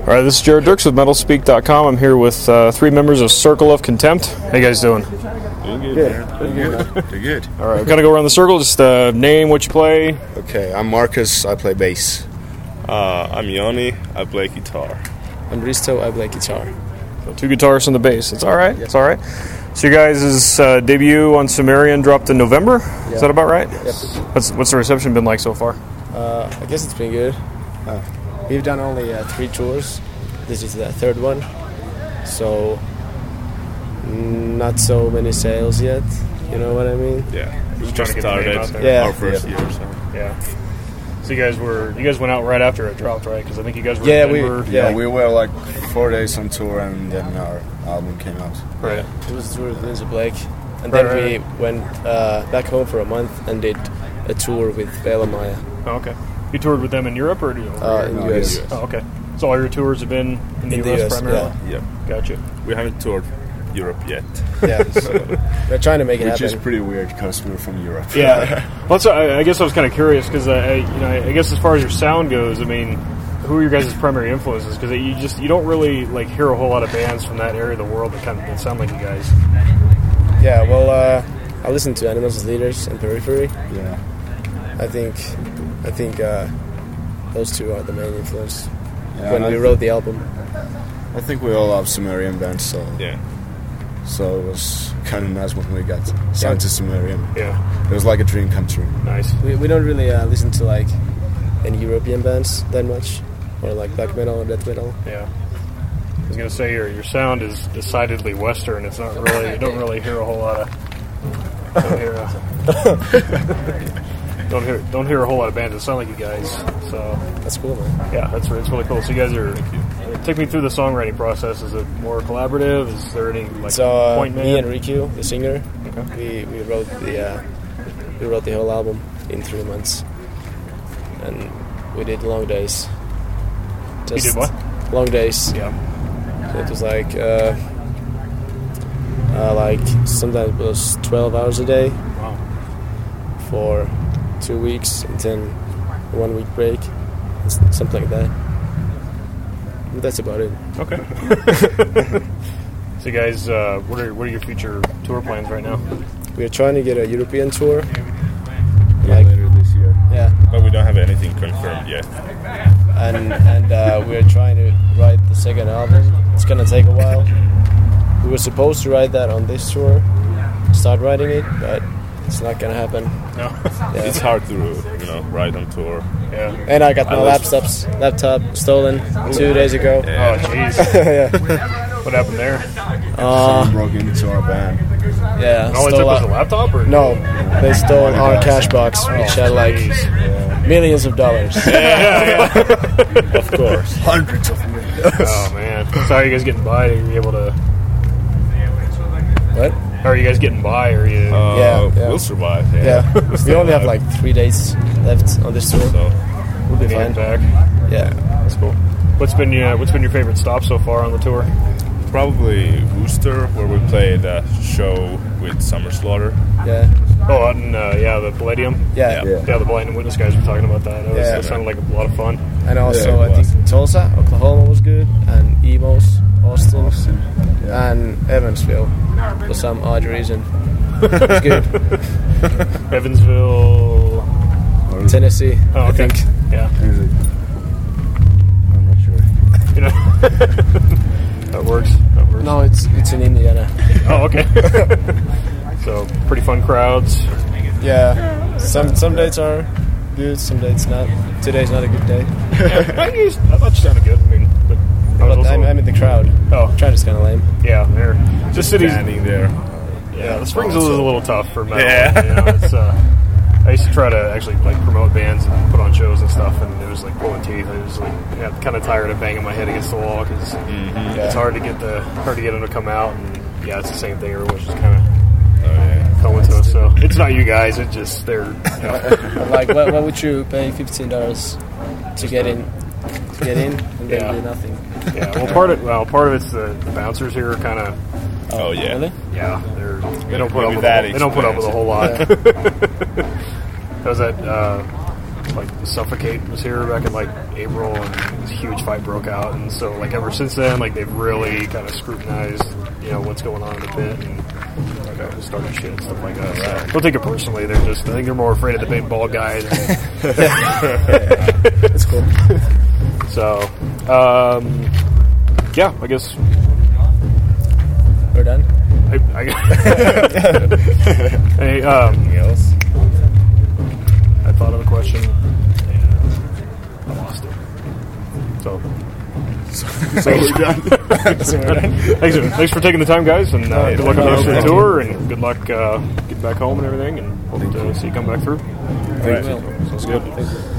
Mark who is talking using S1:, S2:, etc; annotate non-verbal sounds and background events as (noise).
S1: All right, this is Jared Dirks with MetalSpeak.com. I'm here with uh, three members of Circle of Contempt. How you guys doing?
S2: Pretty good.
S1: All right, we're gonna go around the circle. Just uh, name what you play.
S2: Okay, I'm Marcus. I play bass.
S3: Uh, I'm Yoni. I play guitar.
S4: I'm Risto, I play guitar.
S1: So two guitarists and the bass. It's all right. It's all right. So you guys' uh, debut on Sumerian dropped in November. Is that about right? What's what's the reception been like so far?
S4: Uh, I guess it's been good. we've done only uh, three tours. This is the third one, so not so many sales yet. You know what I mean?
S3: Yeah, we
S1: trying
S3: just
S1: to get the name
S3: started
S1: out there.
S4: Yeah.
S3: our first year. So.
S1: Yeah. So you guys were you guys went out right after it dropped, right? Because I think you guys were
S4: Yeah,
S1: in
S4: we-
S1: Denver.
S4: Yeah.
S2: Yeah, we were like four days on tour, and then our album came out.
S1: Right.
S4: It was a tour with Lindsey Blake, and
S1: Right,
S4: then
S1: right,
S4: we went uh, back home for a month and did a tour with Bela Maya
S1: Oh, okay. You toured with them in Europe or do you?
S4: uh, in
S2: no,
S4: US.
S2: yes.
S1: oh, okay. So all your tours have been in the,
S4: In the
S1: US,
S4: US,
S1: primarily.
S3: Yep.
S1: Gotcha.
S3: We haven't toured Europe yet.
S4: (laughs) Yeah, (laughs) we're trying to make it
S2: Which is
S4: happen.
S2: pretty weird because we're from Europe. (laughs)
S1: Yeah. (laughs) well, so I, I guess I was kind of curious because I, I, you know, I, I guess as far as your sound goes, I mean, who are your guys' primary influences? Because you just you don't really like hear a whole lot of bands from that area of the world that kind of that sound like you guys.
S4: yeah, well, uh, I listen to Animals as Leaders and Periphery.
S2: yeah.
S4: I think, I think uh, those two are the main influence
S2: Yeah,
S4: when
S2: and I
S4: we
S2: th-
S4: wrote the album.
S2: I think we all love Sumerian bands, so
S3: Yeah.
S2: so it was kind of nice when we got signed to Sumerian.
S1: Yeah.
S2: It was like a dream come true.
S1: Nice.
S4: We, we don't really uh, listen to like any European bands that much, or like black metal or death metal.
S1: Yeah. I was gonna say your your sound is decidedly Western. It's not really you don't really hear a whole lot of don't hear a, don't hear don't hear a (laughs) whole lot of bands that sound like you guys. So
S4: That's cool, man.
S1: yeah, that's re- it's really cool. So you guys are take me through the songwriting process. Is it more collaborative? Is there any like
S4: So uh,
S1: point
S4: me
S1: man?
S4: and Riku, the singer, we, we wrote the uh, we wrote the whole album in three months, and we did long days.
S1: did what?
S4: Long days.
S1: yeah,
S4: So it was like uh, uh, like sometimes it was twelve hours a day
S1: wow,
S4: for two weeks and then one week break, s- something like that. But that's about it.
S1: okay.
S4: (laughs)
S1: so you guys, uh, what are what are your future tour plans right now?
S4: We are trying to get a European tour.
S2: Yeah,
S4: Like-
S2: later this year.
S4: Yeah,
S3: But we don't have anything confirmed yet.
S4: and and uh, we are trying to write the second album. It's gonna take a while. We were supposed to write that on this tour, start writing it, but it's not gonna happen.
S1: No,
S4: Yeah.
S3: It's hard to, you know, ride on tour.
S4: (laughs)
S1: yeah.
S4: And I got my
S3: I was-
S4: laptops laptop stolen two days ago.
S1: Oh
S4: (laughs)
S1: jeez, what happened there?
S4: Uh,
S2: Someone broke into our van.
S4: yeah.
S1: All it
S4: stole
S1: took was
S4: our-
S1: Oh, a laptop, or (laughs)
S4: No, they stole our cash box, which had like millions of dollars. (laughs)
S1: of course.
S2: Hundreds of millions.
S1: (laughs) Oh man, so how are you guys getting by? Are you able to?
S4: What?
S1: How are you guys getting by? Are you?
S3: Uh,
S4: Yeah, yeah.
S3: We'll survive. Yeah.
S4: Yeah, we only have like three days left on this tour.
S3: So,
S4: We'll be
S1: getting
S4: fine.
S1: back.
S4: Yeah,
S1: That's cool. What's been your What's been your favorite stop so far on the tour?
S3: probably Wooster, where we played a show with Summer Slaughter.
S4: yeah,
S1: Oh, out in uh, yeah, the Palladium.
S4: yeah.
S2: Yeah.
S1: Yeah, the Blind and Witness guys were talking about that. That, was,
S4: Yeah.
S1: that sounded like a lot of fun.
S4: And also,
S3: Yeah, it
S4: I think Tulsa, Oklahoma was good, and Emos, Austin,
S2: yeah.
S4: and Evansville for some odd reason. It was good.
S1: Evansville.
S4: Tennessee,
S1: Oh,
S4: I
S1: okay.
S4: think.
S1: Yeah,
S2: Is it- I'm not sure.
S1: you know (laughs) that works. That works.
S4: No, it's it's in Indiana.
S1: Oh, okay.
S4: (laughs)
S1: so pretty fun crowds.
S4: Yeah, some some dates are good, some dates not. Today's not a good day,
S1: I, used, I thought you sounded good. I mean, but I was
S4: but
S1: also,
S4: I'm, I'm in the crowd.
S1: oh,
S4: Crowd is kind of lame.
S1: yeah, there. Just cities.
S3: Standing there.
S1: Yeah, the
S4: Oh,
S1: Springs is a little tough for metal.
S3: Yeah.
S1: You know, it's, uh, I used to try to actually like promote bands and put on shows and stuff, and it was like pulling teeth. I was like yeah, kind of tired of banging my head against the wall because
S4: Yeah.
S1: it's hard to get the hard to get them to come out. And yeah, it's the same thing. Everyone's just kind of
S3: Oh, yeah.
S1: comatose. So it's not you guys. It's just they're. (laughs) You know,
S4: (laughs) like what, what would you pay fifteen dollars to get in to get in and then
S1: Yeah.
S4: do nothing
S1: yeah. Well, part of well, part of it's the, the bouncers here are kind of
S3: Oh, yeah.
S4: really
S1: Yeah, they're they don't put up with
S3: Maybe
S1: a (laughs)
S3: that
S1: whole- they don't put up with a whole lot. that was at uh, like Suffocate was here back in like April, and this huge fight broke out. And so like ever since then, like they've really kind of scrutinized, you know, what's going on in the pit and like, uh, starting shit and stuff like that. So, don't take it personally. They're just I think they're more afraid of the big bald guy. Than,
S2: (laughs)
S1: (laughs)
S2: That's cool.
S1: so um, yeah, I guess
S5: We're done.
S1: I, I, (laughs) hey, um,
S3: Anything else?
S1: I thought of a question and I lost it.
S3: (laughs)
S1: So, (laughs) thanks, thanks for taking the time, guys, and uh, good luck on the rest of the tour, and good luck uh, getting back home and everything, and hope to see you come back through.
S5: Very well.
S1: Sounds good.